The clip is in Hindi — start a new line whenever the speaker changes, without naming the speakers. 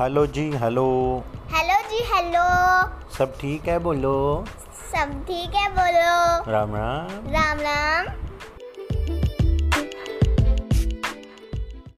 हेलो जी हेलो
हेलो जी हेलो
सब ठीक है बोलो
सब ठीक है बोलो
राम राम
राम राम